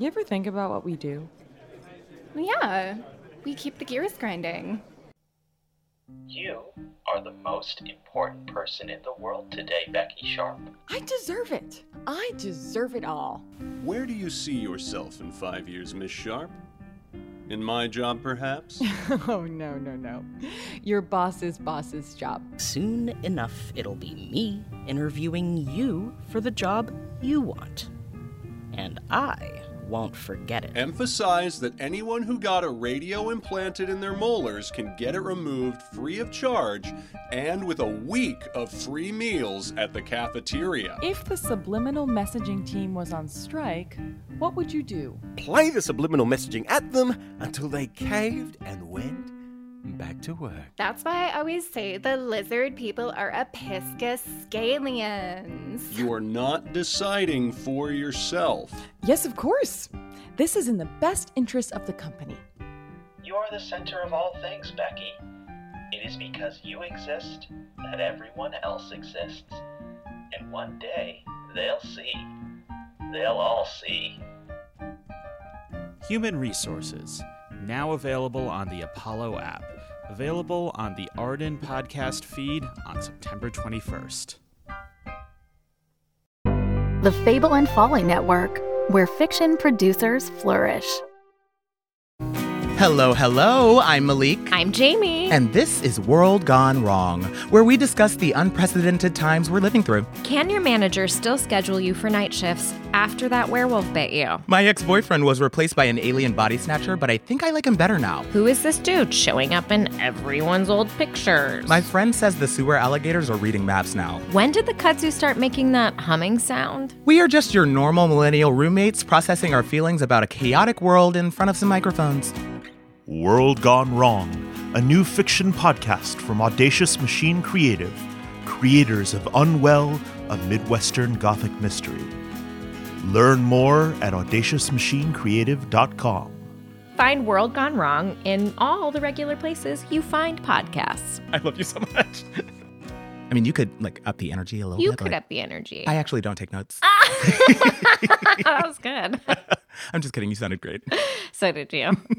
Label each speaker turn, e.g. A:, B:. A: You ever think about what we do?
B: Yeah, we keep the gears grinding.
C: You are the most important person in the world today, Becky Sharp.
A: I deserve it. I deserve it all.
D: Where do you see yourself in five years, Miss Sharp? In my job, perhaps?
A: oh, no, no, no. Your boss's boss's job.
E: Soon enough, it'll be me interviewing you for the job you want. And I won't forget it.
D: Emphasize that anyone who got a radio implanted in their molars can get it removed free of charge and with a week of free meals at the cafeteria.
A: If the subliminal messaging team was on strike, what would you do?
F: play the subliminal messaging at them until they caved and went back to work.
B: That's why I always say the lizard people are episcopalians.
D: You are not deciding for yourself.
A: Yes, of course. This is in the best interest of the company.
C: You are the center of all things, Becky. It is because you exist that everyone else exists. And one day, they'll see. They'll all see.
G: Human Resources, now available on the Apollo app, available on the Arden podcast feed on September 21st.
H: The Fable and Folly Network, where fiction producers flourish.
I: Hello, hello, I'm Malik.
J: I'm Jamie.
I: And this is World Gone Wrong, where we discuss the unprecedented times we're living through.
J: Can your manager still schedule you for night shifts after that werewolf bit you?
I: My ex boyfriend was replaced by an alien body snatcher, but I think I like him better now.
J: Who is this dude showing up in everyone's old pictures?
I: My friend says the sewer alligators are reading maps now.
J: when did the kudzu start making that humming sound?
I: We are just your normal millennial roommates processing our feelings about a chaotic world in front of some microphones.
K: World Gone Wrong, a new fiction podcast from Audacious Machine Creative, creators of Unwell, a Midwestern Gothic mystery. Learn more at audaciousmachinecreative.com.
J: Find World Gone Wrong in all the regular places you find podcasts.
I: I love you so much. I mean, you could like up the energy a little
J: You
I: bit.
J: could
I: like-
J: up Ah! the energy.
I: I actually don't take notes.
J: that was good.
I: I'm just kidding. You sounded great.
J: So did you.